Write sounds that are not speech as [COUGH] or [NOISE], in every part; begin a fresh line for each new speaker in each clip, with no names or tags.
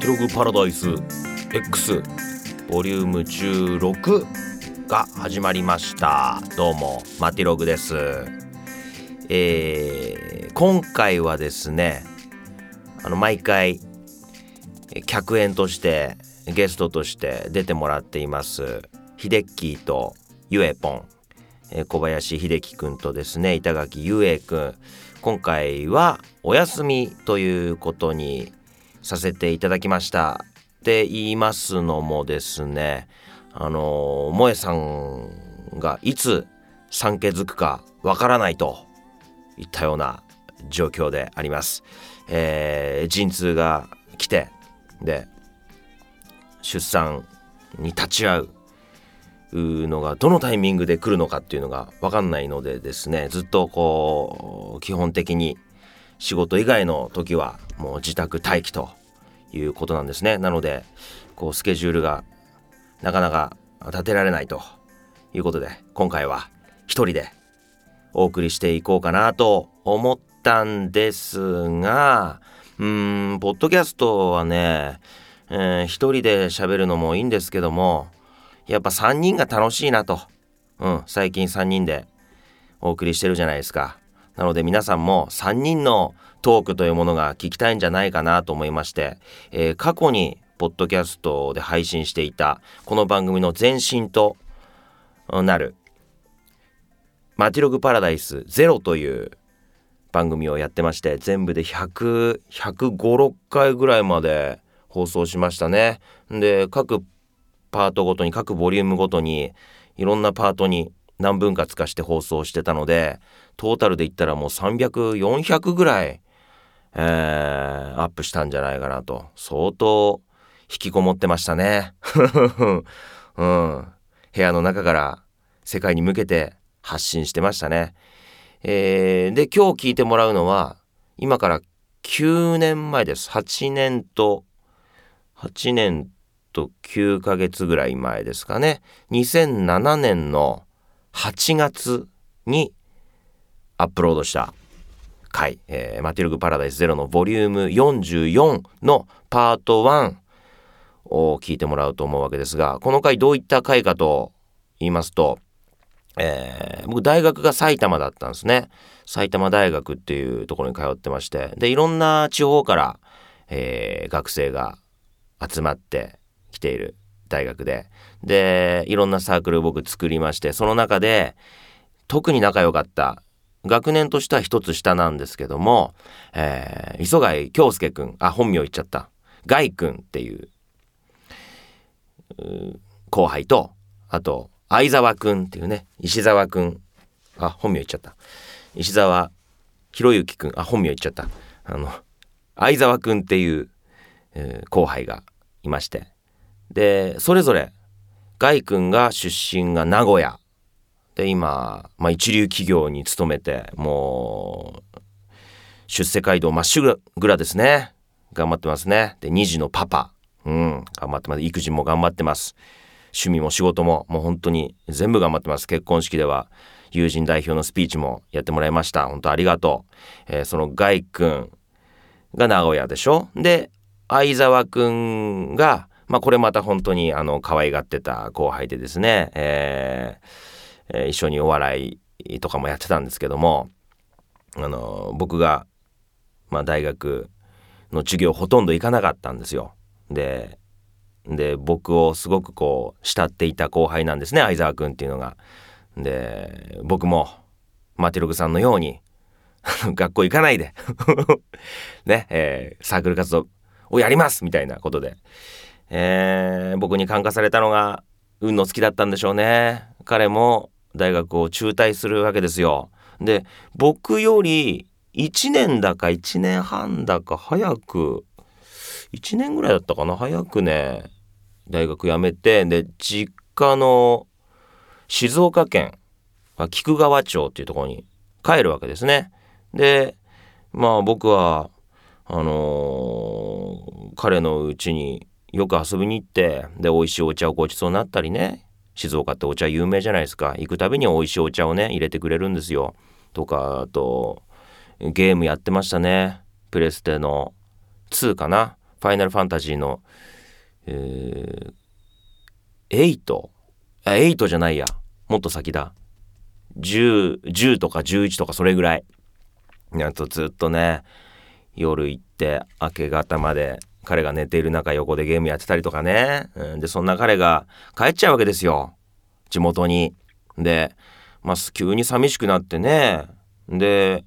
記録パラダイス X ボリューム16が始まりましたどうもマティログですえー今回はですねあの毎回えー客演としてゲストとして出てもらっていますヒデッキーとゆえぽんえー小林秀樹くんとですね板垣雄英くん今回はお休みということにさせていただきましたって言いますのもですねあのー萌えさんがいつ産気づくかわからないといったような状況であります。えー陣痛が来てで出産に立ち会うのがどのタイミングで来るのかっていうのが分かんないのでですねずっとこう基本的に仕事以外の時はもう自宅待機ということなんですねなのでこうスケジュールがなかなか立てられないということで今回は一人でお送りしていこうかなと思ったんですがうーんポッドキャストはね、えー一人で喋るのもいいんですけどもやっぱ3人が楽しいなと、うん、最近3人でお送りしてるじゃないですか。なので皆さんも3人のトークというものが聞きたいんじゃないかなと思いまして、えー過去にポッドキャストで配信していたこの番組の前身となるマティログパラダイスゼロという番組をやってまして全部で100 156回ぐらいまで放送しましたね。で各パートごとに各ボリュームごとにいろんなパートに何分割かして放送してたのでトータルで言ったらもう300400ぐらい、えーアップしたんじゃないかなと相当引きこもってましたね。 [LAUGHS] うん、部屋の中から世界に向けて発信してましたね。えーで今日聞いてもらうのは今から9年前です8年と8年と9ヶ月ぐらい前ですかね2007年の8月にアップロードした回「えーマティルグ・パラダイスゼロのボリューム44のパート1を聞いてもらうと思うわけですがこの回どういった回かと言いますとえー僕大学が埼玉だったんですね埼玉大学っていうところに通ってましてでいろんな地方から、えー学生が集まってきている大学ででいろんなサークルを僕作りましてその中で特に仲良かった学年としては一つ下なんですけども、えー磯貝京介くんあ本名言っちゃったガイくんっていううー後輩とあと相沢くんっていうね石沢くんあ本名言っちゃった石沢博之くんあ本名言っちゃったあの相沢くんっていう、えー後輩がいましてでそれぞれガイ君が出身が名古屋で今、まあ、一流企業に勤めてもう出世街道まっしぐらですね頑張ってますねで2児のパパうん頑張ってます育児も頑張ってます趣味も仕事ももう本当に全部頑張ってます結婚式では友人代表のスピーチもやってもらいました本当ありがとう、えーそのガイ君が名古屋でしょで相沢くんが、まあ、これまた本当にあの可愛がってた後輩でですね、えーえー一緒にお笑いとかもやってたんですけどもあの僕が、まあ、大学の授業ほとんど行かなかったんですよ。でで僕をすごくこう慕っていた後輩なんですね相沢くんっていうのが。で僕もマテログさんのように学校行かないで [LAUGHS] ね、えーサークル活動をやりますみたいなことで、えー僕に感化されたのが運の好きだったんでしょうね彼も大学を中退するわけですよで僕より1年だか1年半だか早く1年ぐらいだったかな早くね大学辞めてで実家の静岡県まあ菊川町っていうところに帰るわけですね。でまあ僕はあのー彼のうちによく遊びに行ってで美味しいお茶をごちそうになったりね静岡ってお茶有名じゃないですか行くたびに美味しいお茶をね入れてくれるんですよ。とかあとゲームやってましたねプレステの2かなファイナルファンタジーの、えー、8あ8じゃないやもっと先だ 10, 10とか11とかそれぐらいなんとずっとね夜行って明け方まで彼が寝ている中横でゲームやってたりとかね、うん、でそんな彼が帰っちゃうわけですよ地元にでまあ急に寂しくなってねで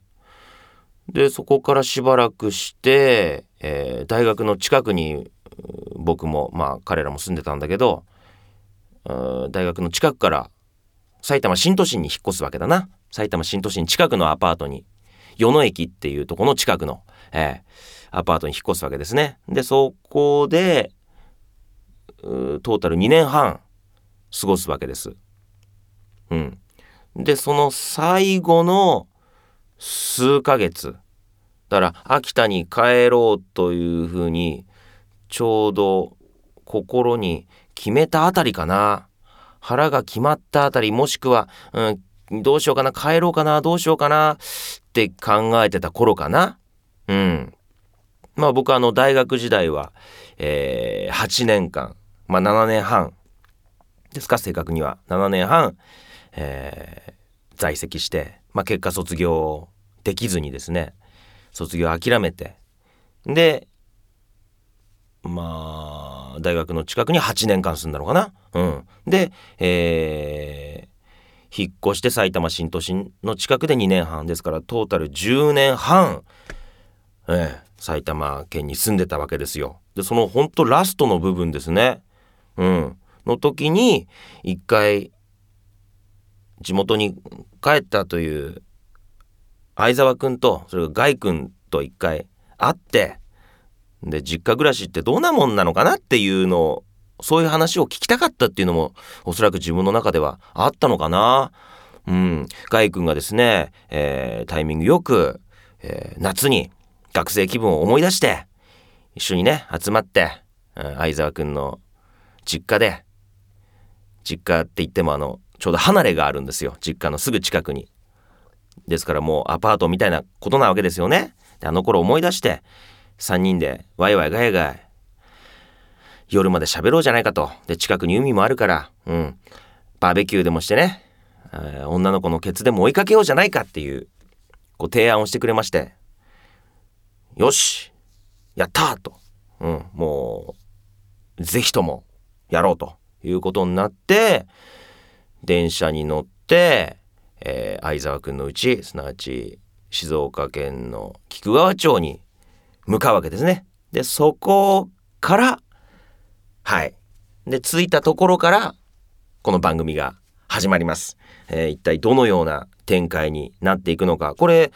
でそこからしばらくして、えー大学の近くにうん僕もまあ彼らも住んでたんだけどうん大学の近くから埼玉新都心に引っ越すわけだな埼玉新都心近くのアパートに与野駅っていうとこの近くの、えーアパートに引っ越すわけですねでそこでうートータル2年半過ごすわけですうんでその最後の数ヶ月だから秋田に帰ろうというふうにちょうど心に決めたあたりかな腹が決まったあたりもしくは、うん、どうしようかな帰ろうかなどうしようかなって考えてた頃かなうんまあ僕あの大学時代は、えー8年間まあ7年半ですか正確には7年半、えー在籍して、まあ、結果卒業できずにですね卒業諦めてでまあ大学の近くに8年間住んだのかな。うん、で、えー引っ越して埼玉新都心の近くで2年半ですからトータル10年半、ええ埼玉県に住んでたわけですよ。でそのほんとラストの部分ですね。うん、の時に一回地元に帰ったという相沢君とそれがガイ君と一回会ってで実家暮らしってどんなもんなのかなっていうのをそういう話を聞きたかったっていうのもおそらく自分の中ではあったのかな。うん、ガイ君がですね、えータイミングよく、えー夏に学生気分を思い出して一緒にね集まって、うん相沢君の実家で実家って言ってもあのちょうど離れがあるんですよ実家のすぐ近くに。ですからもうアパートみたいなことなわけですよね。であの頃思い出して3人でワイワイガヤガヤ夜まで喋ろうじゃないかと。で近くに海もあるから、うん、バーベキューでもしてね、えー女の子のケツでも追いかけようじゃないかっていうご提案をしてくれましてよしやったーと、うん、もうぜひともやろうということになって電車に乗って、えー相沢君のうちすなわち静岡県の菊川町に向かうわけですね。でそこからはいで着いたところからこの番組が始まります。えー一体どのような展開になっていくのかこれ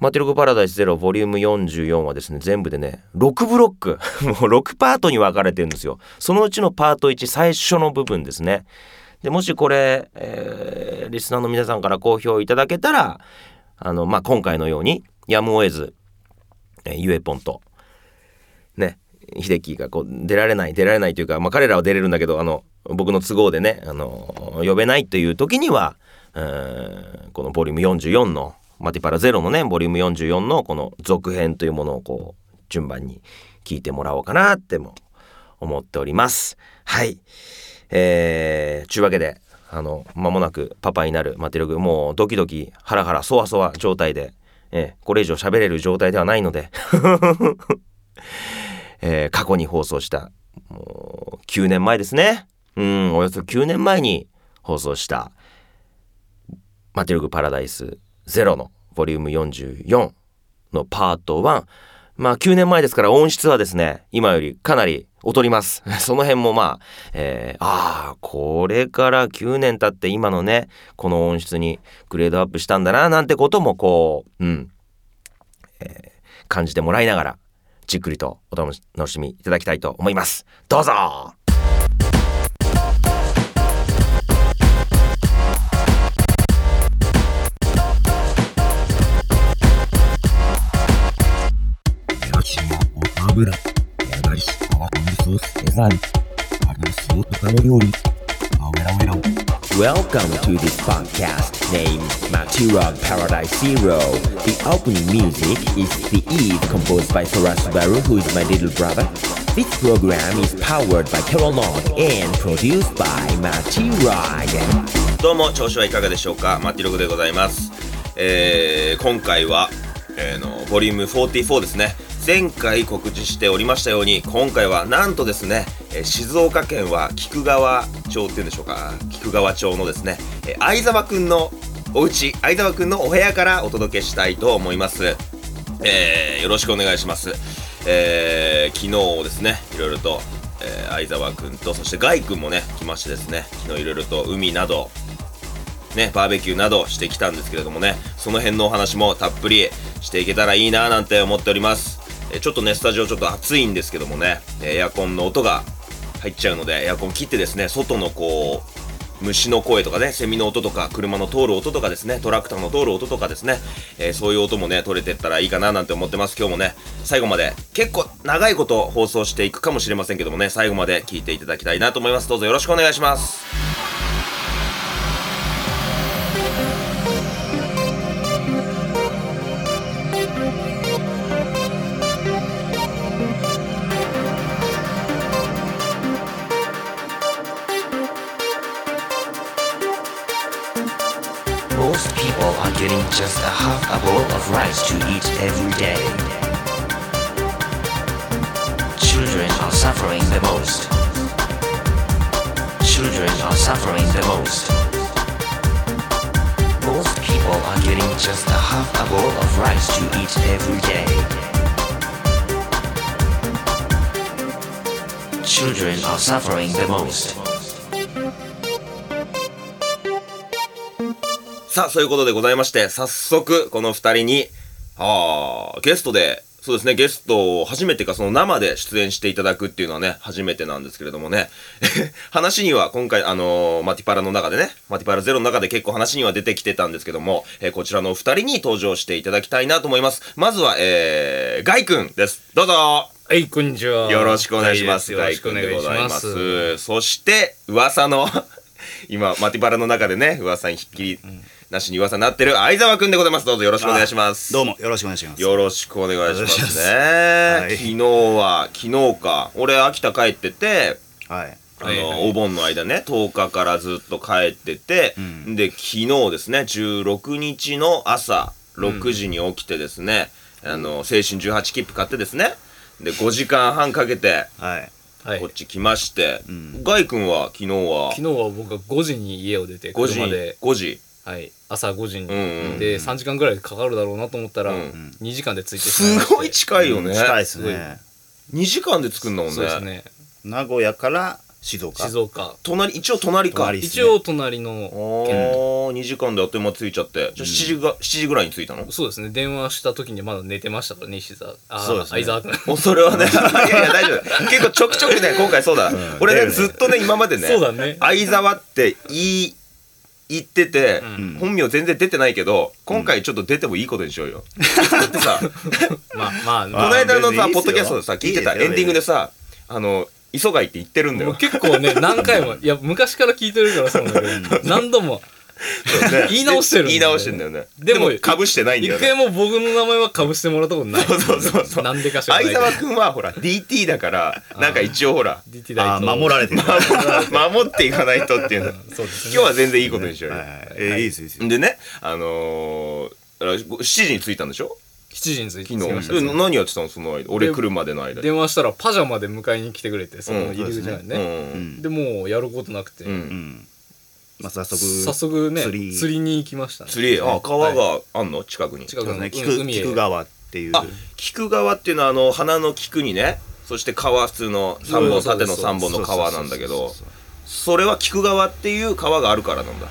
マテログパラダイスゼロボリューム44はですね、全部でね、6ブロック、 [LAUGHS] もう6パートに分かれてるんですよ。そのうちのパート1、最初の部分ですね。で、もしこれ、えーリスナーの皆さんから好評いただけたら、あの、まあ、今回のように、やむを得ず、えーゆえぽんと、ね、秀樹がこう、出られない、出られないというか、まあ、彼らは出れるんだけど、あの、僕の都合でね、あの、呼べないという時には、えーこのボリューム44の、マティパラゼロのね、ボリューム44のこの続編というものをこう、順番に聞いてもらおうかなっても思っております。はい。えー、ちゅうわけで、あの、間もなくパパになるマテログ、もうドキドキ、ハラハラ、そわそわ状態で、えーこれ以上喋れる状態ではないので、えー過去に放送した、もう9年前ですね。うん、およそ9年前に放送した、マテログパラダイスゼロのボリューム44のパート1。まあ9年前ですから音質はですね、今よりかなり劣ります。 [LAUGHS] その辺もまあ、えーああ、これから9年経って今のね、この音質にグレードアップしたんだな、なんてこともこう、うん、えー感じてもらいながら、じっくりとお楽し楽しみいただきたいと思います。どうぞ
油、やがり、パワーンソース、デザート、パグスープカの料理、アウェラウェラ
Welcome to this podcast.
name Maturag Paradise Zero. The opening music is The Eve composed by Faraz Subaru, who is my little brother. This program is powered by Keronog and produced by Maturag.
どうも調子はいかがでしょうかマッティログでございます、えー今回は、えーのボリューム44ですね前回告知しておりましたように今回はなんとですね、えー静岡県は菊川町っていうんでしょうか菊川町のですね、えー相沢くんのお家相沢くんのお部屋からお届けしたいと思いますえーよろしくお願いします。えー昨日ですね、いろいろと、えー相沢くんと、そしてガイくんもね、来ましてですね、昨日いろいろと海など、ね、バーベキューなどしてきたんですけれどもね、その辺のお話もたっぷりしていけたらいいなぁなんて思っております。えーちょっとね、スタジオちょっと暑いんですけどもね、えーエアコンの音が入っちゃうので、エアコン切ってですね、外のこう、虫の声とかね、セミの音とか、車の通る音とかですね、トラクターの通る音とかですね、えーそういう音もね、取れてったらいいかななんて思ってます。今日もね、最後まで、結構長いこと放送していくかもしれませんけどもね、最後まで聞いていただきたいなと思います。どうぞよろしくお願いします。
Most people are getting just a half a bowl of rice to eat every day. Children are suffering the most. Children are suffering the most. Most people are getting just a half a bowl of rice to eat every day. Children are suffering the most.
さあ、そういうことでございまして、早速、この二人に、あーゲストで、そうですね、ゲストを初めてか、その生で出演していただくっていうのはね、初めてなんですけれどもね、 [LAUGHS] 話には今回、あのーマティパラの中でね、マティパラゼロの中で結構話には出てきてたんですけども、えーこちらのお二人に登場していただきたいなと思います。まずは、えー、ガイくんです。どうぞ
はい、こんにちは。
よろしくお願いします。
よろしくお願いし
大工でござい
ま。
ますす。そして、噂の、 [LAUGHS] 今、マティパラの中でね、噂にひっきりなしに噂になってる相沢くんでございます。どうぞよろしくお願いします。
どうもよろしくお願いします。
よろしくお願いしますね。
はい
昨日は、昨日か。俺、秋田帰ってて、
はい。
あの、
はいはい
お盆の間ね、10日からずっと帰ってて、
ん
で、昨日ですね、16日の朝、6時に起きてですね、あの、青春18切符買ってですね、で、5時間半かけて、
はい。
はい
こっち来まして、
ん
ガイ君は昨日は
昨日は僕は5時に家を出て、
5
車
時
で、
5時
はい、朝5時に、
うんうん
で、3時間ぐらいかかるだろうなと思ったら、
うん
2時間で着いてしまい
す
まして
ごい近いよね、
近いです
ごい
ね。
2時間で作るんだもん
そうです
ね
ね。
名古屋から静岡。
静岡。
隣一応隣か
隣いいっす
一
ね
応隣
あ
の、
ー2時間であっという間着いちゃってじゃあ7時が、7時ぐらいに着い
[LAUGHS]
たの
そうですね、電話した時にまだ寝てましたからね、石沢。あ
そう
ー、
ですね
相沢君。
もうそれはね [LAUGHS] いやいや大丈夫結構ちょくちょくね今回そうだ、俺ね
だよね
ずっとね今までね
そうだね
相沢って言い言ってて、
ん
本名全然出てないけど今回ちょっと出てもいいことにしようよ、だってさ
まあ、まあ、
この
まあ、
間の
別にいいっ
さ
すよ
ポッドキャストでさ聞いてた
いい
エ
ですよ
ンディングでさあの磯貝って言ってるんだ
もう
よ
結構ね、何回も、いや、昔から聞いてるからそうなんだけど、何度も、 [LAUGHS] 言い直してるんだ
言
よね
い直してんだよね
でも
かぶしてないんだよ
一
ね
回も僕の名前は被してもらったことない。
そうそうそう
なんでか知らない
相
けど。
沢君はほら DT だからなんか一応ほら
DT
あ
大
あ
東
守られ
[LAUGHS]
てる。はい
守っていかないとっていうの今
そうですね。
日は全然いいことにしよう
は
よ
い。えーいいですいいです。
でねあのーあれ7時に着いたんでしょ
7時に着い
昨
て着きました
日え何やってたのその間俺来るまでの間に
電話したらパジャマで迎えに来てくれてその入り口まで
う
ね、
ん
でもうやることなくて、
う
うんん。まあ早速
早速ね釣
釣
り
り
に行きましたね
釣りあ川があんの近くに
近く
そうです
の
ね
海,、
菊
海へ
菊川っていう
あ菊川っていうのはあの花の菊にねそして川普通の3本
そう
縦
です
の3本の川なんだけ
そう
ど
そうそう
それは菊川っていう川があるからなんだ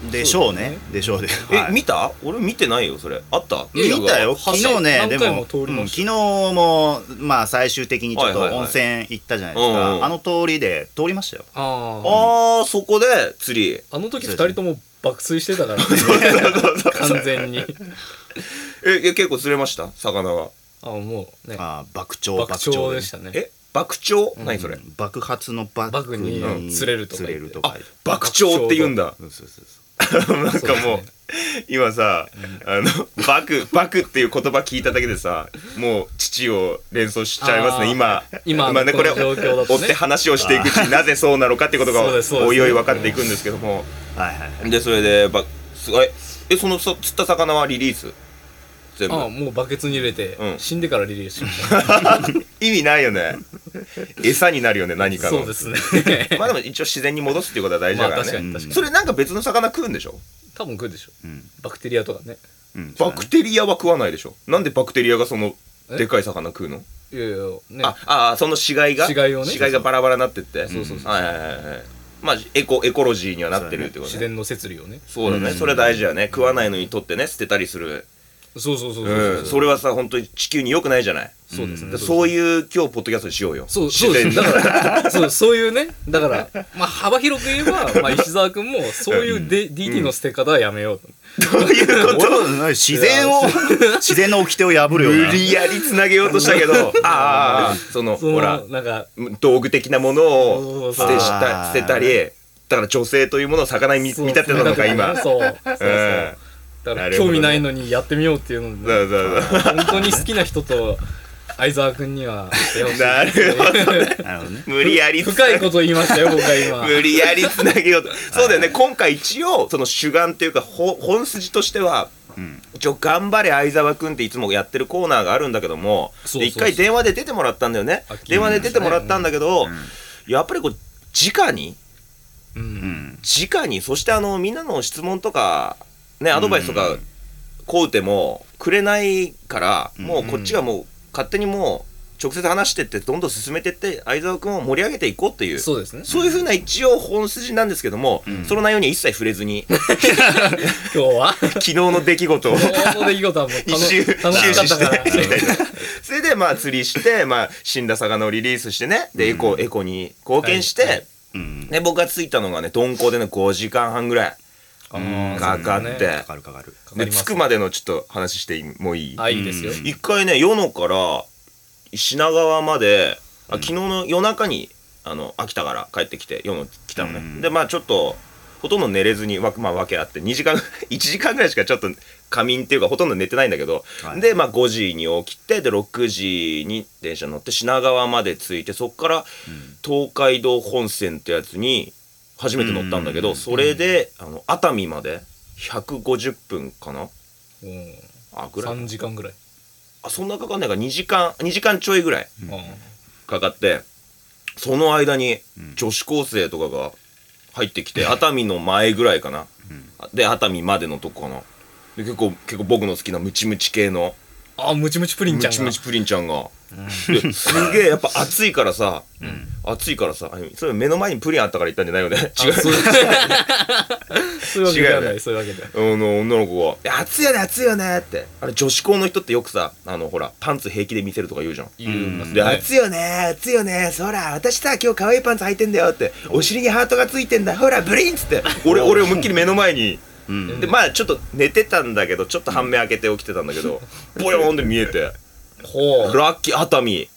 そうでしょうね。でしょうで。
え、
はい
見た俺見てないよそれあった
いや
菊川
見たよ
橋
昨日ね
何
で
回
も
も通り
うん
ま
昨
し
日もまあ最終的にちょっと
はいはいはい
温泉行ったじゃないです
うんうん
かあの通りで通りましたよ
ああ
あーそこで釣り
あの時2人とも爆睡してたから、ね、 [LAUGHS] 完全に
えいや結構釣れました魚は
あもうね
あー爆鳥
爆
鳥
鳥で
ね
したね
え爆鳥何それ
うん爆発の爆
爆に釣れるとか
釣れると
あ
か
爆鳥って言うんだ
そうそうそうそう
なんかもう今さ、あの「バク」「バク」っていう言葉聞いただけでさもう父を連想しちゃいます
あ
ね
ー
今
今
まあね、
こ
こ
の
れを
状況だとね
追って話をしていくうちになぜそうなのかっていうことが
そうですそうです
おいおい分かっていくんですけども
はいはいはい
でそれでばすごいえそのそ釣った魚はリリース全部
ああもうバケツに入れて、
うん
死んでからリリースしまし
意味ないよね餌になるよね [LAUGHS] 何か
た
の
そうですね
[LAUGHS] まあでも一応自然に戻すっていうことは大事
ま
だ
あ
から
確か
ね、
に確かに
それなんか別の魚食うんでしょ
多分食うでしょ
うん
バクテリアとかね
うん
バクテリアは食わないでしょなんでバクテリアがその
え
でかい魚食うの
いやいやね
ああその死骸が
死骸をね
がバラバラになってって
そうそうそう
はいはいはいはいまあエコエコロジーにはなってるってこと
自
ね
然の摂理をね
そうだね、
うん
それは大事だよね食わないのに取ってね捨てたりする
そうそうそ
う
うそうそうん
それはさ本当に地球に良くないじゃない
そうですね
でそういう今日ポッドキャストにしようよ
そうそ
自
うで
然
すだ [LAUGHS] からそうそういうねだから、 [LAUGHS] まあ、幅広く言えば、まあ、石澤君もそういうデ DT の捨て方はやめようと、
ということ
俺は何自然を自然の掟を破るよう
無
な
理やりつなげようとした
[LAUGHS]
けどああその
その
ほら
なんか
道具的なものを
そ
捨て
う
そうそう
した捨てたりだから女性というものを魚に見見
そう
立てたのか今 [LAUGHS]
そうそうそうそう
うん
だか
な
ら
るほど
興味ないのにやってみようっていうので、
そうそうそう
本当に好きな人と相沢君には出会うし
[LAUGHS] なるほどね
なるほどね
無理やりつ
深いこと言いましたよ僕は
[LAUGHS]
今
無理やりつなげようとそうだよね今回一応その主眼というかほ本筋としては
うん
一応「頑張れ相沢君」っていつもやってるコーナーがあるんだけども
そうそうそう
で一回電話で出てもらったんだよね
あ聞いて
電話で出てもらったんだけど
ん
やっぱりこう直に
う
うんん
直にそしてあのみんなの質問とかねアドバイスとか
うん
こうてもくれないから、
うん
もうこっちがもう勝手にもう直接話してってどんどん進めてって相沢君を盛り上げていこうっていう
そうですね
そういうふうな一応本筋なんですけども、
ん
その内容には一切触れず
[LAUGHS]
に
今日
[LAUGHS]
は
昨日の出来事を
この出来事はもう楽
一周
楽しかったから
終始それでまあ釣りして、まあ、死んだ魚をリリースしてねでエコ,、エコに貢献して、
はいはい
うん
ね、僕が着いたのがね鈍行でね5時間半ぐらいかかって、
かかるかかる
かり
で
ます
着くまでのちょっと話していいもういい
あいいですよ、
うん
一回ね与野から品川まで、あ昨日の夜中にあの秋田から帰ってきて与野来たのね、
うん
でまあちょっとほとんど寝れずにわ,、まあ、わけあって2時間 [LAUGHS] 1時間ぐらいしかちょっと仮眠っていうかほとんど寝てないんだけど、
はい
でまあ5時に起きてで6時に電車乗って品川まで着いてそっから東海道本線ってやつに初めて乗ったんだけど、
うん
それであの熱海まで150分かなあ
う
ぐ
ん、
らい
3時間ぐらい、
あそんなかかんないから2時間2時間ちょいぐらい
うん
かかってその間に
うん
女子高生とかが入ってきて、熱海の前ぐらいかな、で熱海までのとこかなで結構結構僕の好きなムチムチ系の
あムチムチプリン
ム
ちゃん
チ
が
ムチプリンちゃんが、ですげえやっぱ暑いからさ、暑いからさあそれ目の前にプリンあったから行ったんじゃないよね違う
あそう [LAUGHS] そういうわけでは
違う
な
ね
いそういうわけで
あの女の子がいや「暑いよね暑いよね」ってあれ女子校の人ってよくさあのほらパンツ平気で見せるとか言うじゃん
言います
で、
ねはい
暑いよね暑いよねそら私さ今日可愛いパンツ履いてんだよってお尻にハートがついてんだほらブリンっつって俺俺を思いっきり目の前に
うん
でまあちょっと寝てたんだけどちょっと半目開けて起きてたんだけどボヨーンって見えて
ほう
ラッキー熱海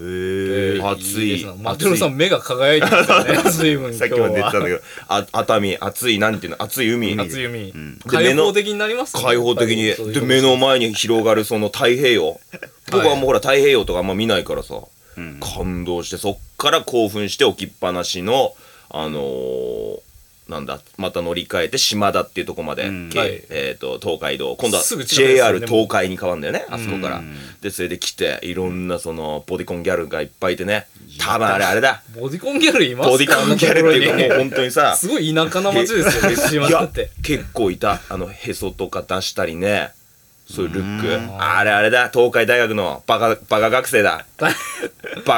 へえ
暑い
マテロさん目が輝いてますよね
[LAUGHS]
随分
さ
今
っきま
日
で言ってたん
は
だけどあ熱海暑いなんていうの暑い海
熱い海
ん
開放的になりますね
開放的に
やっぱり
で目の前に広がるその太平洋僕はもうほら太平洋とかあんま見ないからさ
うん
感動してそっから興奮して置きっぱなしのあのーなんだまた乗り換えて島田っていうとこまで、
うん
け
はい
えー、と東海道今度は
すぐ近くですよね
JR 東海に変わるんだよねあそこから
うん
でそれで来ていろんなそのボディコンギャルがいっぱいいてね多分あれあれだ
ボディコンギャルいます
ボディコンギャルっていうかもう本当にさ
[LAUGHS] すごい田舎な街です
[LAUGHS]
よね島
い
田
や
って
結構いたあのへそとか出したりねそういうルッ
う
クあれあれだ東海大学のバカバカ学生
[LAUGHS]
だバ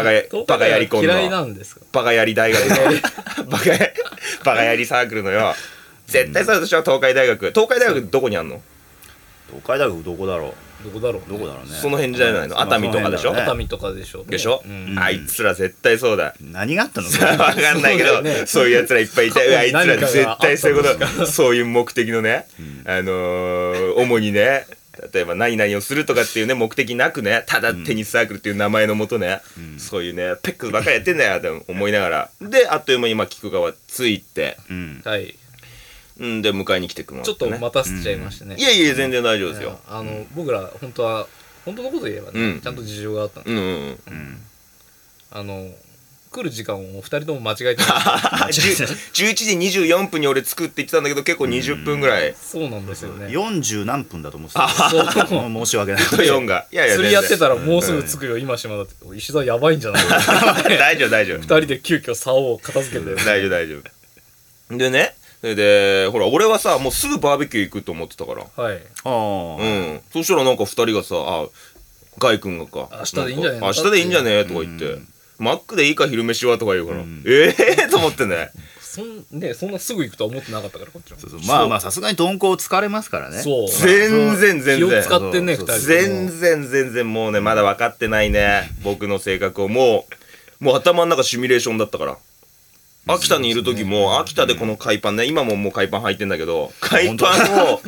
カバカやりこんの
嫌いなんですか
バカやり大学 [LAUGHS] のバカやバカやりサークルのよ絶対そう私は東海大学東海大学どこにあんの
東海大学どこだろ
どこだろう
うどこだろうね
その辺じゃないの
まあ
熱海とかでしょ
その
熱
辺だろうね
海とかでしょうね
でしょ、
うん
あいつら絶対そうだ
何があったの
わかんないけど
そ
そうう,、
だよね
いうやつらいっぱいいて
過去に
あいつら
何かが
絶対そういう
あったんで
ことそういう目的のね、あのー主にね例えば何々をするとかっていうね目的なくねただテニスサークルっていう名前のもとね、そういうねペックばっかりやってんだよって思いながらであっという間にまあ菊川ついて
うん
はい
うん、で迎えに来てくもら
ちょっと待たせちゃいましたね、
いやいや全然大丈夫ですよ、
あの僕ら本当は本当のこと言えばね、
うん
ちゃんと事情があったんで
うん
[LAUGHS]
うん
あの来る時間をお二人とも間違
[LAUGHS]
えてた
あ10 11時24分に俺着くって言ってたんだけど結構20分ぐらい
そうなんですよね
40何分だと思ってた
そう
もう申し訳ない
と4がいやいや
釣りやってたらもうすぐ
着
着くよ、今島だっておい石田やばいんじゃない
[LAUGHS] 大丈夫大丈夫
二人で急遽竿を片付けて
[LAUGHS] 大丈夫大丈夫でねそれでほら俺はさもうすぐバーベキュー行くと思ってたから
はい
あ
う
あ
んそしたらなんか2人がさあガイ君がか
明日でいいんじゃねえの
なか明日でいいんじゃねえとか言って、マックでいいか昼飯はとか言うから、
ん
ええと思ってね
そんねそんなすぐ行くとは思ってなかったからこっちも
そうそうまあまあさすがに鈍行疲れますからね
そう
全然全
気を
然
使ってね二
そ
人
う
とも
全然全然もうねまだ分かってないね僕の性格をもうもう頭の中シミュレーションだったから秋田にいる時も秋田でこの海パンね今ももう海パン履いてんだけど海パン [LAUGHS] を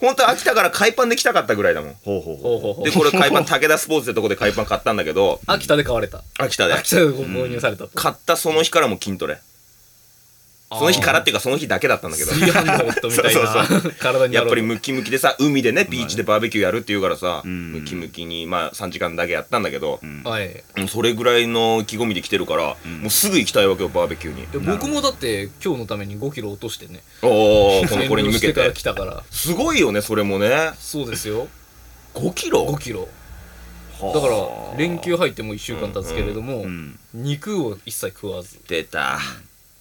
本当は秋田から海パンで来たかったぐらいだもん
ほうほうほ
ほうほうほう
でこれ海パン武田スポーツってとこで海パン買ったんだけど
秋田で買われた
秋田で
秋田でご購入されたと、
買ったその日からもう筋トレその日からっていうかその日だけだったんだけど
炊飯ロボットみたい
そうそう
な体に
やっぱり
なる
ムキムキでさ海でねビーチでバーベキューやるっていうからさ、
ん
ムキムキにまあ3時間だけやったんだけど、
ん
はいい
もうそれぐらいの意気込みで来てるから、もうすぐ行きたいわけよバーベキューに
や僕もだって今日のために5キロ落としてね
お [LAUGHS] おこのこれに向
遠慮して
け
から
て
来たから
すごいよねそれもね
そうですよ
5キロ
5キロだから連休入ってもう1週間経つけれども、
ん
肉を一切食わず
出た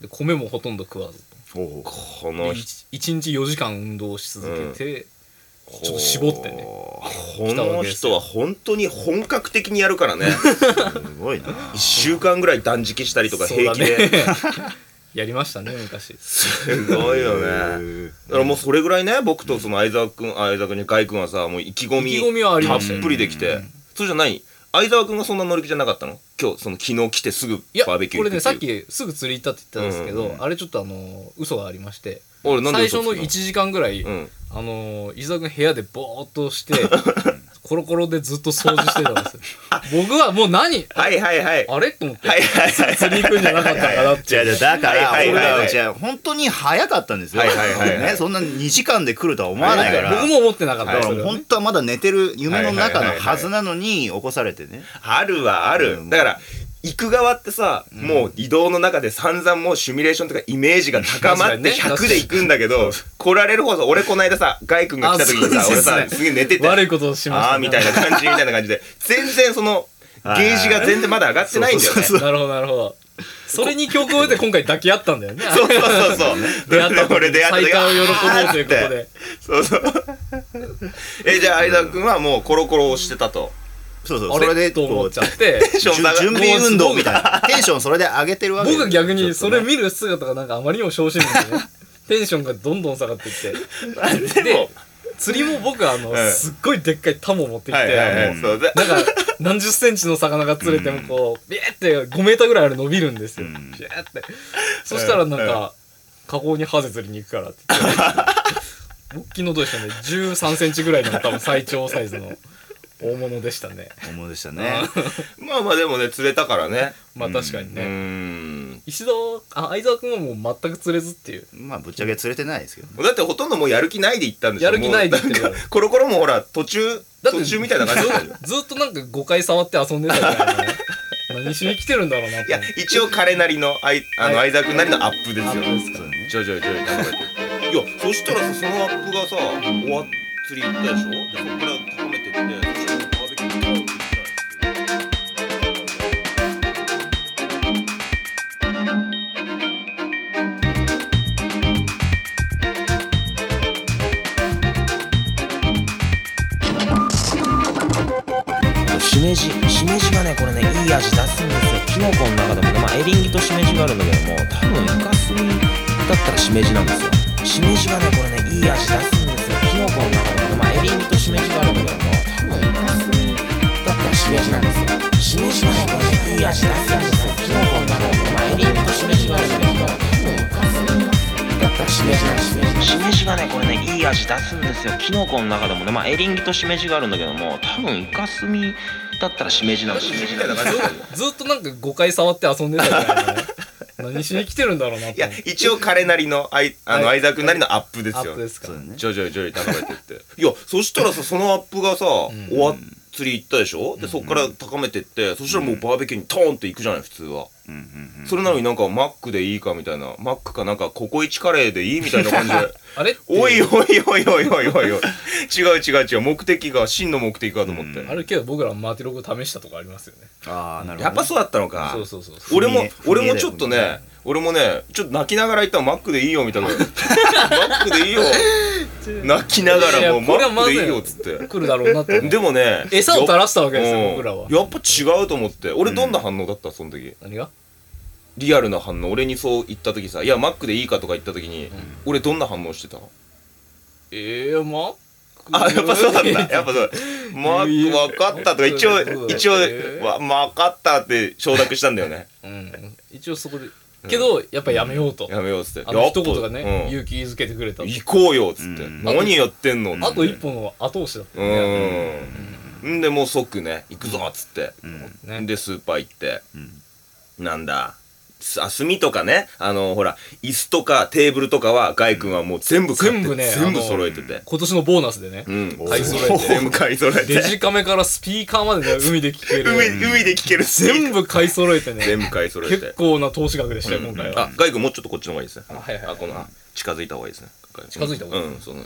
で米もほとんど食わず
うほうほ
この人
1日4時間運動し続けて、ちょっと絞ってね
こ
たわ
の
けです
人
よ
は本当に本格的にやる
[LAUGHS]
からね
うすごいな
1週間ぐらい断食したりとか
そう
平
だ
気で、
[LAUGHS] ねやりましたね昔
すごいよねだからもうそれぐらいね僕とその相沢君相沢君に海君はさもう意気込み
意気込みはあり
たっ
ましたよ
ぷりできてそうじゃない相沢君がそんな乗り気じゃなかったの今日その昨日来てすぐ
いや
バーベキュー
これね
行く
さ
っ
って
いう
きすぐ釣り行ったって言ったんですけど、
うん
あれちょっとあの嘘がありまして
俺なんで
最
嘘つ
初
く
の1時間ぐらい、
うん
あの伊沢君部屋でぼーっとして
[LAUGHS]
コロコロでずっと掃除してたんですよ僕はもう何
はいはいはい
あれと思って、
はいはいはい
釣り行くんじゃなかったかなって
じゃあじゃあだから
はい
俺
はいはい
らじゃあ本当に早かったんですよ
はいはいはいはい
ねそんな2時間で来るとは思わないから
僕も思ってなかっ
だ
た
か
それ
ら
はね
本当はまだ寝てる夢の中のはずなのに起こされてね
あるはある、
うん
だから行く側ってさ、もう移動の中で散々もうシミュレーションとかイメージが高まっ
うん確かにね
て100で行くんだけど、来られる方さ俺こないださガイ君が来た時に
あ
さ
そ
俺
うですね
さすげえ寝てて
悪いことをしましたね
ああみたいな感じみたいな感じで全然そのゲージが全然まだ上がってないんだよねそう
[LAUGHS] なるほどなるほどそれに曲を得て今回抱き合ったん
[LAUGHS]
だよね
そうそうそう
出会った時
俺
に
出会っ
再
た
会を
時
喜ぼうということ
あーって
で
そうそうえじゃあ相沢君はもうコロコロをしてたと
そうそう
あ
それ
れ
で
と思
こ
っ
う
ち
[LAUGHS]
ゃって
じゅ [LAUGHS] 準備運動みたいな [LAUGHS] テンションそれで上げてるわけ
僕は逆にそれ見
見
る姿がなんかあまりにも小心な
[LAUGHS]
んでねテンションがどんどん下がってきて
でも
釣りも僕はあの、
ん
すっごいでっかいタモ持ってきて、
はいはいはい
あの
そうで
なんか何十センチの魚が釣れてもこうビエって5メーターぐらいあれ伸びるんですよ、ビエってそしたらなんか河口にハゼ釣りに行くからって言って大きいのどうでしたね13センチぐらいの多分最長サイズの大物でしたね
思うでした [LAUGHS] ね
まあまあでもね釣れたからね
まあ確かに
う
ね、
ーん
石田はあ相沢君はもう全く釣れずっていう
まあぶっちゃけ釣れてないですけどね
だってほとんどもうやる気ないで行ったんでしょ
やる気ないで行ってる
もうなん [LAUGHS] かコロコロもほら途中
だって
途中みたいな感じだった
[LAUGHS]
よ
ずっとなんか5回触って遊んでたから
[LAUGHS]
ね何しに来てるんだろうなっ
いや
て
一応彼なりのあいあの
は
相沢君なりのアップですよ
そうね
ちょいちょいちょいちょいちょいいやそしたらさそのアップがさ終わっ釣り行ったでしょでそこから高めてってそしたらバーベキュー行ったら
しめじしめじがねこれねいい味出すんですよきのこの中でもね、まあ、エリンギとしめじがあるんだけども多分イカスミだったらしめじなんですよしめじがねこれねいい味出すんですよきのこの中でもね、まあ、エリンギとしめじがあるんだけども多分イカスミだったらしめじなんですよしめじがねこれねいい味出すんですよきのこの中でもね、まあ、エリンギとしめじがあるんだけども多分イカスミだったらしめじなんですよ
しめじがねこれねいい味出すんですよきのこの中でもねまあエリンギとしめじがあるんだけども多分イカスミだったらしめじなんですよ
みたいな感じだったよ
ずっとなんか5回触って遊んでたからね何しに来てるんだろうなっ
い
て
や一応彼なりのあいあの
はい
相沢君なりのアップです
ア
よ
ップですか
そうだね
徐々に徐々に高めてって [LAUGHS] いやそしたらさそのアップがさ、終わっ釣り行ったでしょでそっから高めてってそしたらもうバーベキューにトーンって行くじゃない普通は、
うんうん
それなのになんかマックでいいかみたいなマックかなんかココイチカレーでいいみたいな感じで
あれって
おいおいおいおいおいおいおい違う違う違う目的が真の目的かと思って、
あれけど僕らマーティログ試したとかありますよね
ああなるほどね
やっぱそうだったのか
そうそうそうそう
俺も
踏み絵
俺もちょっと
踏み絵だよ
ね俺もねちょっと泣きながら言ったらマックでいいよみたいなマックでいいよ泣きながらもう
いや
マ
これは
ッ
ま
ク
ず
で
い
い
よ
いよっつって
来るだろうなって
でもね
餌を垂らしたわけですよ
うん
僕らは
やっぱ違うと思って俺どんな反応だったその時
何が
リアルな反応俺にそう言った時さ「いやマックでいいか」とか言った時に俺どんな反応してた
ええマック
あやっぱそうなんだやっぱそうマック分かったとか一応一応わ分かったって承諾したんだよ
[LAUGHS]
ね
うん一応そこでけどやっぱやめようと
やめようっつってや
あの
っぱ
一言がね
うん
勇気づけてくれたと
行こうよっつって、
うん
何やってんのっつって
あと一歩の後押しだった
うん、ん、でもう即ね行くぞっつって、
ね
でスーパー行って、なんだすあ炭とかねあのほら椅子とかテーブルとかはガイ君はもう全部買って
全部ね
全部
あの
揃えてて、
今年のボーナスでね
うん
買い揃えて
全部買い揃えて
デジカメからスピーカーまでね
[LAUGHS]
海で聴ける
海海で聴ける
全部買い揃えてね
全部買い揃えて
結構な投資額でしたよ今回は
あ、ガイ君もうちょっとこっちの方がいいですね。
あはいはいはい
あ、この、あ近づいた方がいいですね。
近づいた方がいい
うん、その、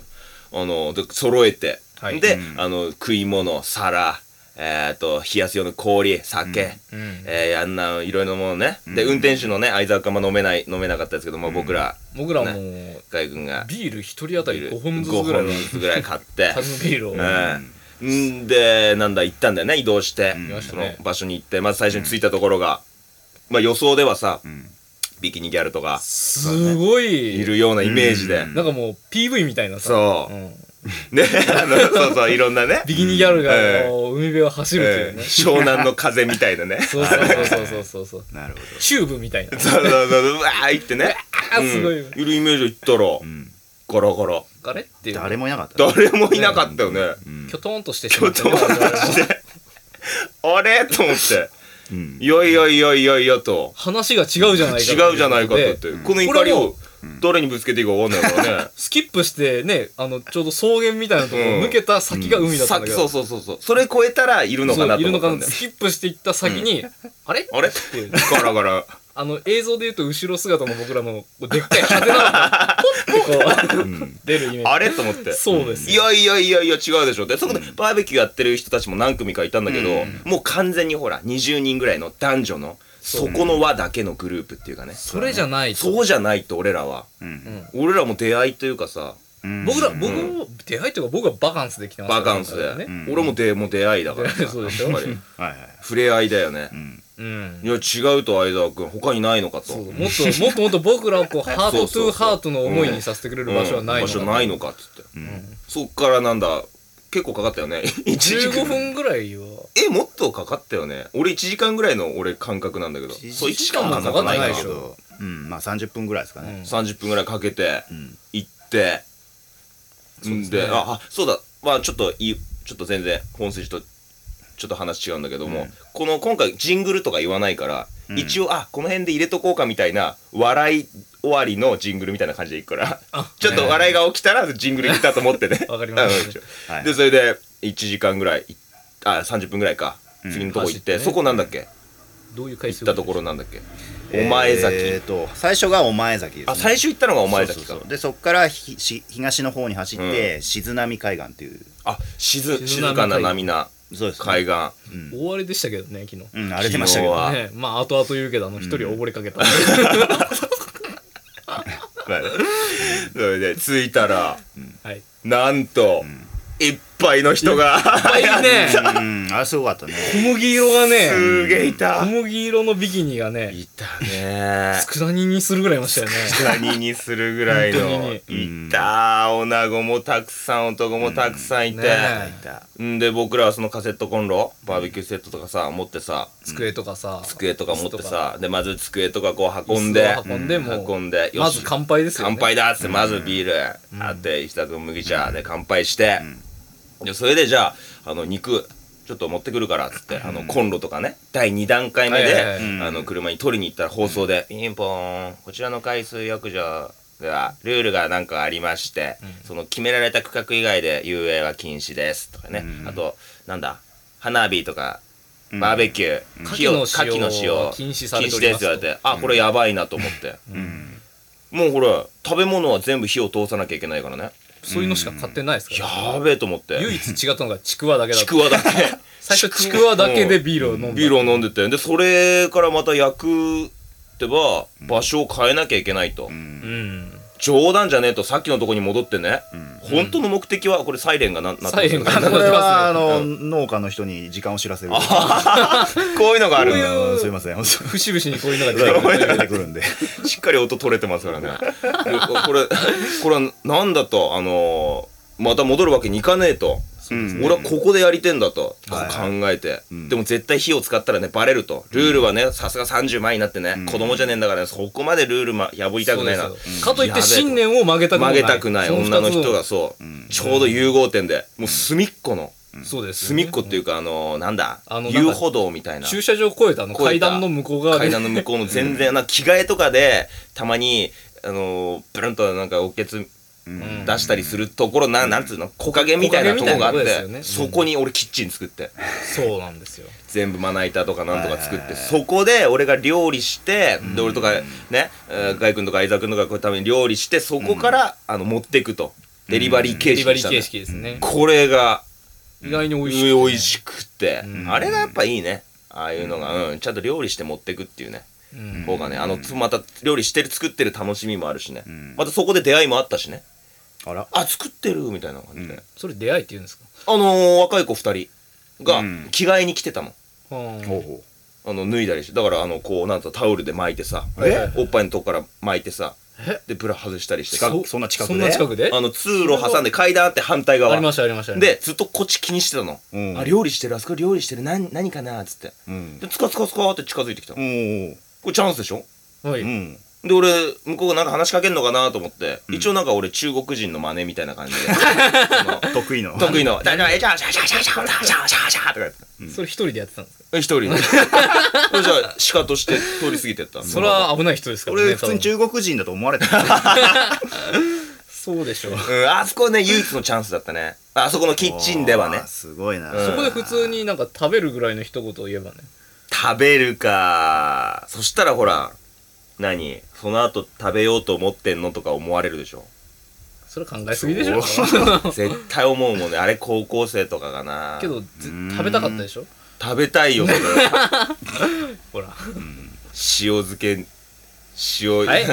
あの、で、揃えて。
はい
で、あの、食い物、皿、えっと、冷やす用の氷、酒、
うん
えーあんな、いろいろなものね。で、運転手のね、相沢君も飲めない、飲めなかったですけど、まあ僕ら、
僕らも
ね
う
ガイ君が、
ビール一人当たり5本ず
五
つぐらいの
本ずつぐらい買っ
[LAUGHS]
て。
缶のビールを
うん、でなんだ行ったんだよね移動して、
まし
そ
た
の
ね
場所に行ってまず最初に着いたところが、まあ予想ではさ、ビキニギャルとか
すごい
いるようなイメージで、
なんかもう PV みたいなさ
そう、
ん
[LAUGHS] ねあのそうそういろんなね、
[LAUGHS] ビギニギャルが
ええ
あの海辺を走るとい
え
う
ー
ね
湘南の風みたいなね
[LAUGHS] そうそうそうそうそうそうそう
なるほど
チューブみたいな
そうそうそううわー行って
[LAUGHS]
ね
あすごい
うんいるイメージ行ったら、ガラガラ
あれっていう
誰もいなかった
誰もいなかったよね、
きょとんとしてしまったね
きょとん
我々も
あれと思って
うん
「よいよいよいよいよ」と
話が違うじゃないか
違うじゃないかと
とい
言
う
っ
こ
て、
とで
この怒りを誰にぶつけていいか分かんないからね
スキップしてねあのちょうど草原みたいなところを抜けた先が海だ
[LAUGHS]
った
さ
ん
っ
だ
き
けど
そうそうそうそうそれ超えたらいるのかな
そうい
と思
るの
った
か
んだ
な
よ
スキップしていった先にあれ
あれ
っていう
ガラガ
[LAUGHS]
ラ
あの映像で言うと後ろ姿の僕らのこうでっかいハテナがポッてこう出るイメージ
あれと思って
そうです
いやいやいやいや違うでしょでそこでバーベキューやってる人たちも何組かいたんだけど、もう完全にほら20人ぐらいの男女のそこの輪だけのグループっていうかね
それじゃないと
そうじゃないと俺らは、
ん
俺らも出会いというかさ
僕ら僕も出会いというか僕はバカンスで来てます
バカンスで、
ね
俺も出もう出会いだからさ
[LAUGHS] そうでしょ
やっぱり
はいはい
触れ合いだよね、
うん
いや違うと相沢君他にないのかと
そうもっともっともっと僕らをこうハートトゥーハートの思いにさせてくれる場所はない
うん
の
場
か
所ないのかっつって、そっからなんだ結構かかったよね一時間
15分ぐらいは
えもっとかかったよね俺1時間ぐらいの俺感覚なんだけどそう1時間もかかってないんだけ
かかってないでしょ
ど
うんまあ30分ぐらいですかね
30分ぐらいかけて行って、んでああそうだまあちょっといいちょっと全然本筋とちょっと話違うんだけども、この今回ジングルとか言わないから、一応あこの辺で入れとこうかみたいな笑い終わりのジングルみたいな感じでいくから
あ
ちょっと笑いが起きたらジングル行ったと思ってね
わかり
[LAUGHS] う
ました
ん一応
はい
でそれで1時間ぐらいいあ30分ぐらいか次のとこ行って、
走ってね
そこなんだっけ
どういう回
行
数
ったところなんだっけ、お前崎、
えーと最初がお前崎ですね
あ最初行ったのがお前崎か
そうそうそうでそこからひし東の方に走って静波海岸っていう
あ静
静
静
波海岸
かな波な
そうですね
海岸
大荒れでしたけどね昨日
うん荒れてましたけ
昨日
ど
は
ねまあ後々言うけどあの一人溺れかけた、
それで着いたら
はいいっ
なんといっぱいの人が
ぱいね
うんあれすご
[LAUGHS]
かったね
小麦色がね
すげえい
小
た
麦色のビキニがね
いたね
佃煮にするぐらいいましたよね
何にするぐらいの
本
いた女子もたくさん男もたくさんいて、
うんねえ
いたんで僕らはそのカセットコンロバーベキューセットとかさ持ってさ
机とかさ
机とか持って
椅子とか
さでまず机とかこう運
運
ん
ん
で
で運んでもう
運んでよし
まず乾杯ですよ、ね、
乾杯だっつってまずビールあって石田君麦茶で乾杯してでそれでじゃああの肉ちょっと持ってくるからっつって、あのコンロとかね第2段階目
はいはい
で
はい
あの車に取りに行ったら放送で「ピンポーンこちらの海水浴場ではルールがなんかありまして、その決められた区画以外で遊泳は禁止です」とかね、
うん
あとなんだ花火とか
うん
バーベキュー、火を
牡蠣の使用
牡蠣
は禁止されてお
禁
り
止で
ますす
よ
と
って言われてあこれやばいなと思って、
うん
もうほら食べ物は全部火を通さなきゃいけないからね
そういうのしか買ってないですから、
やーべえと思って
唯一違ったのがちくわだけだっ
ち
た
くわだけ
[LAUGHS] 最初ちくわだけでビールを飲んだ、
ビールを飲んでてでそれからまた焼くってば場所を変えなきゃいけないと、
うん
冗談じゃねえとさっきのとこに戻ってね、本当の目的はこれサイレンがななってます
サイレンが
こ
鳴ってます
れ
ね
は
[LAUGHS]
あの農家の人に時間を知らせる
こういうのがあるんだ
うんすいません本 [LAUGHS] 当
節々にこういうのが出てくる
に出てくるんで
しっかり音取れてますからね。これ、これはなんだと、あのーまた戻るわけにいかねえと。
うん
俺はここでやりてんだとこ
はいう
考えて、
ん
でも絶対火を使ったらねバレるとルールはねさすが30前になってね、子供じゃねえんだから、ね、そこまでルール、ま、破りたくないな
そうですよかといって信念を曲げたくもな
曲
い
げたくない
そ二つ
女の人がそう、ちょうど融合点でもう隅っこの、
そうですよ
隅
ね
っこっていうかあのーなんだ
あのなんか
遊歩道みたいな
駐車場を越えたあの階段の向こう側
階
で
段の向こうの全然なんか着替えとかでたまにあのーブルンとなんかおけつ
ん
出したりするところななんつうの木陰みたいなとこがあっ
木陰みたいなとこです
て
よねうん
そこに俺キッチン作って
そうなんですよ
全部まな板とかなんとか作ってそこで俺が料理してで俺とかねえーガイ君とか相沢君とかこうために料理してそこからあの持っていくとデリバリー形
デリ
式
バ
に
リ
した
ー
んだ
形式ですね
これが
意外に美味しい
美味しくて
うん
あれがやっぱいいねああいうのがうんちゃんと料理して持ってくっていうね
うん
方がね、あの、つまた料理してる、作ってる楽しみもあるしね。
ん
またそこで出会いもあったしね。
あら
あ、作ってるみたいな感じで。
うん
それ出会いって言うんですか
あのー若い子二人が
うん
着替えに来てたもん。
うん
ほ
あの、脱いだりして。だから、あの、こう、なんとタオルで巻いてさ、
え
おっぱいのとこから巻いてさ、で、ブラ外したりしてさ
近くそんな近く
そ
で
んな近くで
あの、通路挟んで階段あって反対側。
ありましたありました
で、ずっとこっち気にしてたの。
うん
あ、料理してる、あそこ料理してる、何、何かなっつって。
うん
で、つかつかつかって近づいてきたの。
おー
これチャンスでしょ
はい
うん
で俺向こうがなんか話しかけんのかなと思って、一応なんか俺中国人の真似みたいな感じでそ
得意の
の [LAUGHS] 得意の「大丈夫えじゃあじゃあじゃあじゃあじゃあじゃあじゃあじゃあじゃあ」とか言って
それ一人でやってたんですか
え一人でそれじゃあ鹿として通り過ぎてった
それは危ない人ですからね
俺普通に
多分
中国人だと思われた
そうでしょう
うんあそこね唯一のチャンスだったねあそこのキッチンではね
あーすごいな
うん
そこで普通になんか食べるぐらいの一言を言えばね
食べるかそしたらほら何その後食べようと思ってんのとか思われるでしょ
それ考えすぎでしょ
絶対思うもんねあれ高校生とかかな
[LAUGHS] けどぜ食べたかったでしょ
食べたいよそれ
ほら
塩漬け塩、
はい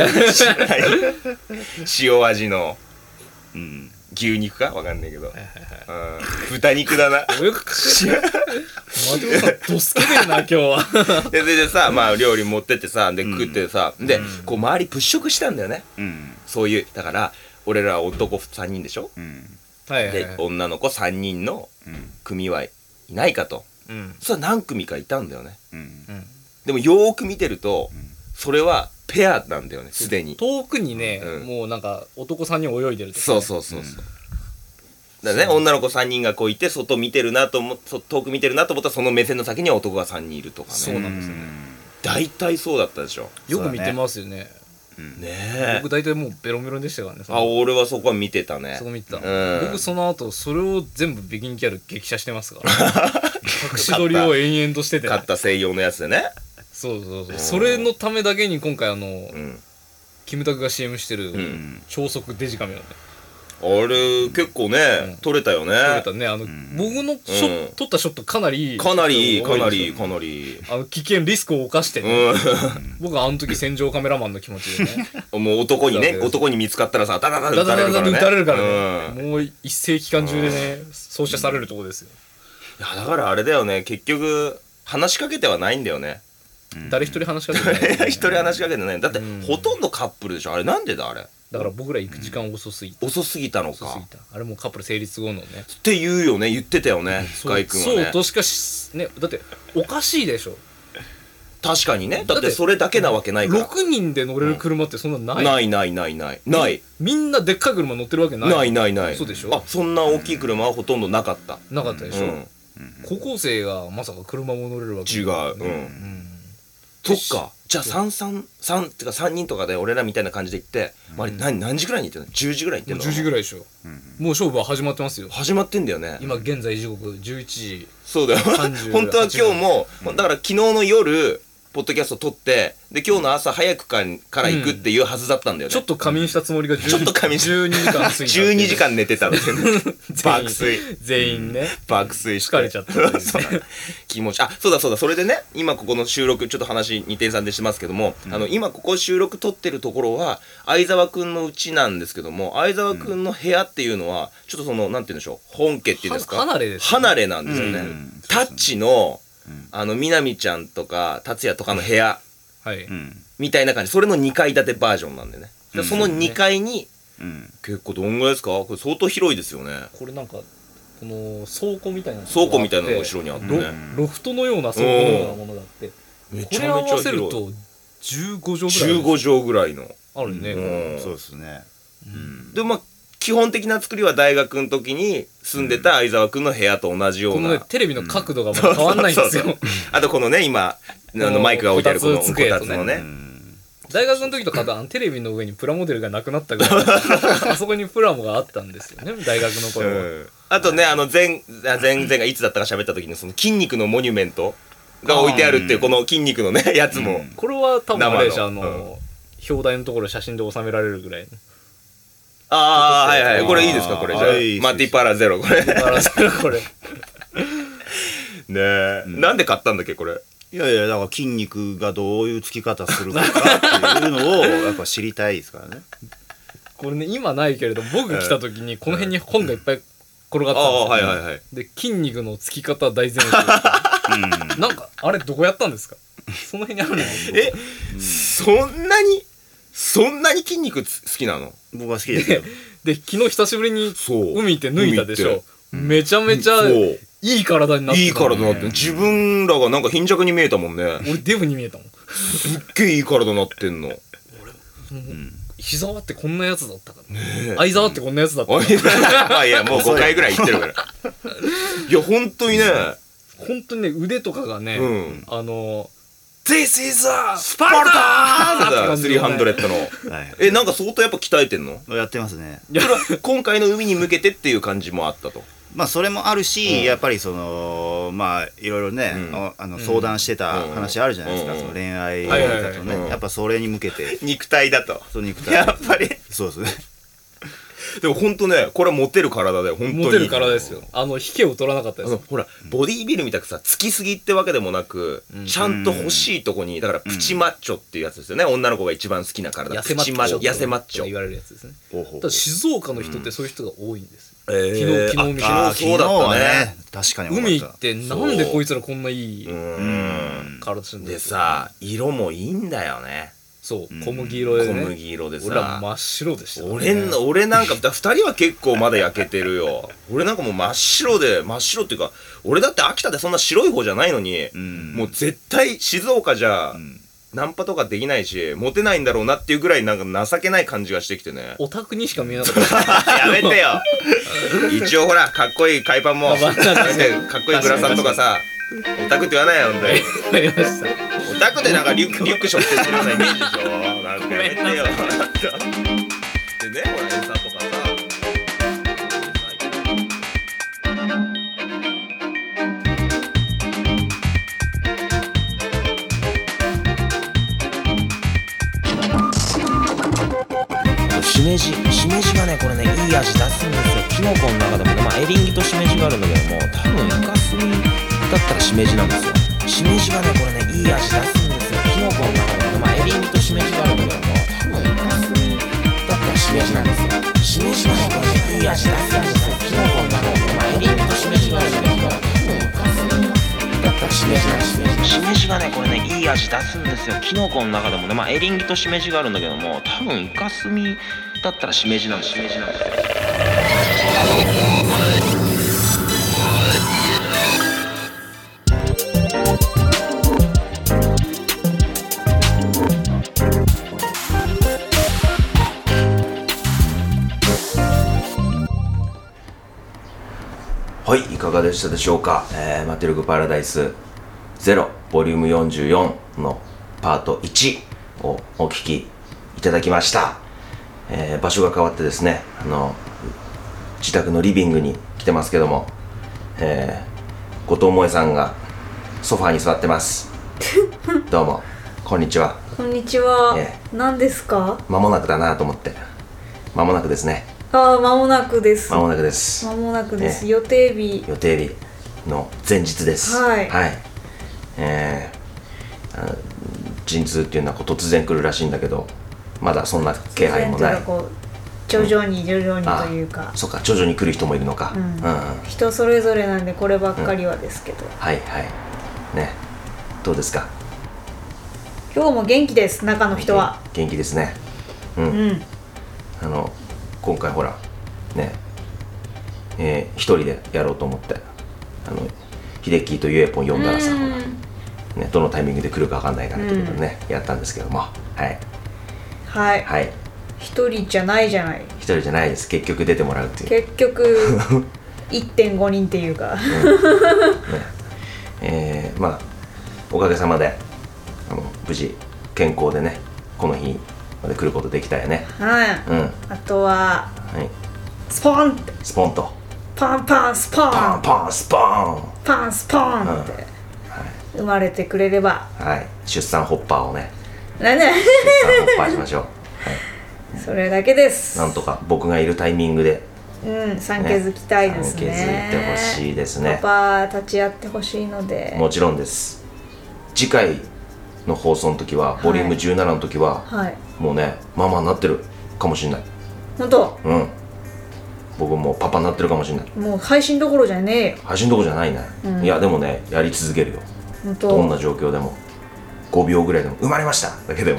[LAUGHS] 塩味の
うん
牛肉かわかんないけど、うん豚肉だな
よくマジオさんドスケベるな今
[LAUGHS]
日は
でそれでさまあ料理持ってってさで食ってさ、でこう周り物色したんだよね
うん
そういうだから俺ら男3人でしょ、
うん
はいはい
で
はい
女の子3人の
うん
組はいないかと
うん
そしたら何組かいたんだよね
うん
うん
でもよーく見てると、それはペアなんだよねすでに
遠くにね、
うん
もうなんか男さんに泳いでるとか
そうそうそうそう。だからね、女の子3人がこういて外見てるなと思っそ遠く見てるなと思ったらその目線の先には男が3人いるとかね
そうなんですよ
大体そうだったでしょ
よく見てますよね
ねえ
僕大体もうベロンベロンでしたからねその
あ俺はそこは見てたね
そこ見てた、
うん
僕その後それを全部ビギンギャル激写してますから
[LAUGHS]
隠し撮りを延々としてて
買った西洋のやつでね
そうそうそうそれのためだけに今回あの、
うん
キムタクが CM してる、
うん
超速デジカメをね
あれ結構ね、
うん
撮れたよね
撮れたねあの、僕のショ、
うん
撮ったショットかなり
かなりかな
多いん
り
ですよ
かなり
あの危険リスクを冒してね、
う
僕はあの時戦場カメラマンの気持ちでね
んもう男にね
そうそう
男に見つかったらさダダダダ
だだだ
[LAUGHS]
だ
撃
撃
たれ
たれ
る
る
か
から
ね
ら
うん
ね。もう一斉期間中でね、操車されるとこですよ。
いやだからあれだよね結局話しかけてはないんだよね
誰一人話しかけ
[LAUGHS]
てない。
一人話しかけてないだって、
うん
ほとんどカップルでしょあれなんでだあれ
だから僕ら行く時間遅すぎた。
遅すぎたの
遅す
か
ぎた。あれもうカップル成立後のね。
って言うよね言ってたよね
そ
ガ
う
イ君はね
そうとしかし、ね、だっておかしいでしょ。
確かにねだっ
だってて
それだけなわけないか
6人で乗れる車ってそんな
ら
ない。
ないないないないない
みんなでっかい車乗ってるわけない。
ないないない
そうでしょ
あそんな大きい車はほとんどなかった
なかったで
う
しょ。
ん
高校生がまさか車も乗れるわけ
違う。うん。そっか。じゃあ三三三ってか三人とかで俺らみたいな感じで行って、まあ何何時ぐらいに行ってんの？十時ぐらいに行
もう
ってん
10
の？
時ぐらいでしょ、もう勝負は始まってますよ
始まってんだよね。
今現在時刻11時
そうだよ
38。
本当は今日も、だから昨日の夜ポッドキャスト撮って、で今日の朝早くかんから行くっていうはずだったんだよね。
ちょっと仮眠したつもりが10
ちょっと仮眠し
12時間
[LAUGHS]
過ぎたっていう
12時間寝てたんだよね。
全員
爆睡。
全員ね
爆睡して
疲れちゃったっていう
[LAUGHS]
ね
そう気持ちあそうだそうだそれでね今ここの収録ちょっと話二点三でしてますけども、あの今ここ収録撮ってるところは相沢くんの家なんですけども相沢くんの部屋っていうのはちょっとそのなんて言うんでしょう本家っていうんですか
は離れですね
離れなんですよね、
うん
タッチの、あの南ちゃんとか達也とかの部屋
はい、
うん
みたいな感じそれの2階建てバージョンなんでねでその2階に、
うん
結構どんぐらいですかこれ相当広いですよね
これなんかこの倉庫みたいなのがあって
倉庫みたいなのが後ろにあってね、
うん
ロロフトのような倉庫のようなものがあって
めちゃめ
こ
ち
れ
ゃ
合
広い
わせると15畳ぐらい
15畳ぐらいの、
あるね、
うん
そうですね
でまあ基本的な作りは大学の時に住んでた相沢君の部屋と同じよ
こ
う
のね
な、
テレビの角度がまだ変わんないんですよ
そうそうあとこのね今あのマイクが置いてあるこの
こ
こた
たつ
つ
机とね
の
う
ね
ん
大学の時とかあのテレビの上にプラモデルがなくなったぐ
[LAUGHS]
らいあそこにプラモがあったんですよね大学の頃は、
うんあとねあの前あ前前がいつだったか喋った時にその筋肉のモニュメントが置いてあるっていうこの筋肉のねやつも、
うん
これは多分あれでしょあ
生
の、
の
表題のところ写真で収められるぐらい
ああはいはいこれいいですかこれじゃあ
あーいいです
マティパラゼロこれね
だからそれこれ
え、なんで買ったんだっけこれ
いやいやだから筋肉がどういうつき方するのかっていうのをやっぱ知りたいですからね
これね今ないけれど僕来た時にこの辺に本がいっぱい転がって
あ
たんで
あ
すよ、
はいはいはい
で筋肉のつき方大
[LAUGHS]
全集なんかあれどこやったんですかその辺にあるの
え、そんなにそんなに筋肉つ好きなの
僕は好きですよ
で昨日久しぶりに
そう
海行って脱いだでし
海行
ょ
って
めちゃめちゃ
そう
いい体になってた
いい体になってん自分らがなんか貧弱に見えたもんね
俺デブに見えたもん
すっげえいい体になってんの [LAUGHS]
膝はってこんなやつだったから相沢ってこんなやつだった
おいまあいやもう5回ぐらい行ってる
[LAUGHS]
からいや本当にね
本当にね腕とかがね、
うん
あの
This is a
スパルターって感じのね
300の
はい
[LAUGHS] えなんか相当やっぱ鍛えてんの
やってますね
それは今回の海に向けてっていう感じもあったと
まあそれもあるし、やっぱりそのまあいろいろね、
うん
ああの相談してた話あるじゃないですか、
うん
その恋愛
はいはいは
だ
い
と
うん
ねやっぱそれに向けて
肉体だと
その肉体
[LAUGHS] やっぱり
そうですね
でも本当ねこれはモテる体だよ本当に
モテるからですよあの引けを取らなかった
あ
で
の
す
ほらボディービルみたくさつきすぎってわけでもなく、ちゃんと欲しいとこにだからプチマッチョっていうやつですよね、女の子が一番好きな体
痩せ
プ
マ
チマ
ッ
ッ
チ
チ
ョ
ョ痩せマッチ
とか言
ョ
われるやつですね
ほうほう
ただ静岡の人ってそういう人が多いんですよ、
えー
昨日昨日見た
あ昨日そうだったね
確かに
海
海
行ってなんでこいつらこんないいう体してん
ん
だろ
で
う
さ色もいいんだよね
そう小麦色でね
小麦色でさ
俺ら真っ白でしたね
俺ん俺なんかだ2人は結構まだ焼けてるよ俺なんかもう真っ白で真っ白っていうか俺だって秋田でそんな白い方じゃないのに、
ん
もう絶対静岡じゃ、
ん
ナンパとかできないしモテないんだろうなっていうぐらいなんか情けない感じがしてきてね
オタクにしか見えなか
[LAUGHS]
った
やめてよ一応ほらかっこいい海パンもかっこいいグラサンとかさオタクって言わないよ本当に
ありました
オタクでなんか [LAUGHS] リュックリュック背負ってるようなイメージでしょ。なんかやめてよ。でね、ほら餌とかさ。
しめじしめじがねこれねいい味出すんですよきのこの中でもね、まあ、エリンギとしめじがあるんだけども多分イカスミだったらしめじなんですよしめじがねこれねいい味出すんですよきのこの中でもね、まあ、エリンギとしめじがあるんだけども多分イカスミだったらしめじなんですよしめじがねこれねいい味出すんですよきのこの中でもね、まあ、エリンギとしめじがあるんだけども多分イカスミだったらしめじなんですよしめじがねこれねいい味出すんですよきのこの中でもね、まあ、エリンギとしめじがあるんだけども多分イカスミだったらしめじなんですしめじなんですよ
はい、いかがで
でしたでしょうか、えーマテルグパラダイス0ボリューム44のパート1をお聞きいただきました、えー場所が変わってですねあの自宅のリビングに来てますけども、えー後藤萌さんがソファーに座ってますどうもこんにちは
こんにちは
え。
何ですか。
間もなくだなと思って間もなくですね
ああ、間もなくです。
間
間
もなくです
もなくです。
え
予定日。
予定日の前日です
はい
えーあの陣痛っていうのはこう突然来るらしいんだけどまだそんな気配もない
突然とうかこう徐々に徐々に
あ
というか、
そうか徐々に来る人もいるのか、
うん
うんうんはい
人それぞれなんでこればっかりはですけど、
はいねどうですか
今日も元気です。中の人は。
元気ですね
うん。
あの今回ほらねえー一人でやろうと思ってあの秀樹とゆえぽん呼んだらさ、ほらね、どのタイミングで来るか分かんないからってことでね、やったんですけどもはい
はい。
はい
一人じゃないじゃない。
一人じゃないです結局出てもらうっていう
結局
[LAUGHS]
1.5人っていうか。
えーまあおかげさまであの無事健康でねこの日まで来ることできたよね
は。
うんはい
あとはスポンって
スポンと
パンパンスポン
パンパンスポーン
パンスポンって生まれてくれれば。
はい出産ホッパーをね
なんで
出産ホッパーしま [LAUGHS] しょう
それだけです。
なんとか僕がいるタイミングで
うん、産気づきたいです
産気
ね。
づいてほしいですね
パパ立ち会ってほしいので。
もちろんです次回の放送の時はボリューム17の時は、
はい。
もうねママになってるかもしれない
本当、
うん僕もうパパになってるかもしれない
もう配信どころじゃねえよ。
配信どころじゃないね、いやでもねやり続けるよ
本当。
どんな状況でも5秒ぐらいでも「生まれました!」だけ
[LAUGHS]
でも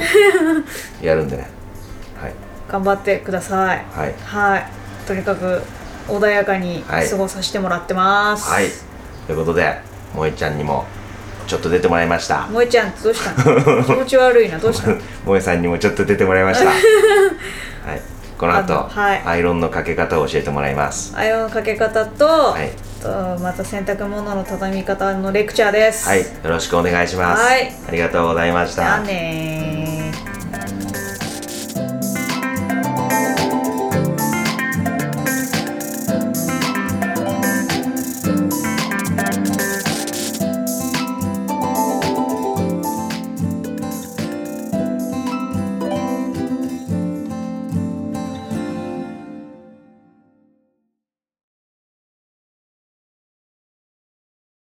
やるんでねはい
頑張ってください。
はい
はいとにかく穏やかに
はい
過ごさせてもらってます。
はいということで萌ちゃんにもちょっと出てもらいました
萌えちゃんどうした
[LAUGHS]
の？気持ち悪いなどうしたの？
萌さんにもちょっと出てもらいました
[LAUGHS]
はいこの
あ
後
のはい
アイロンのかけ方を教えてもらいます
アイロンのかけ方と、
はい、
とまた洗濯物の畳み方のレクチャーです。
はい、よろしくお願いします、
はい
ありがとうございまし
じ
た
ゃあねー。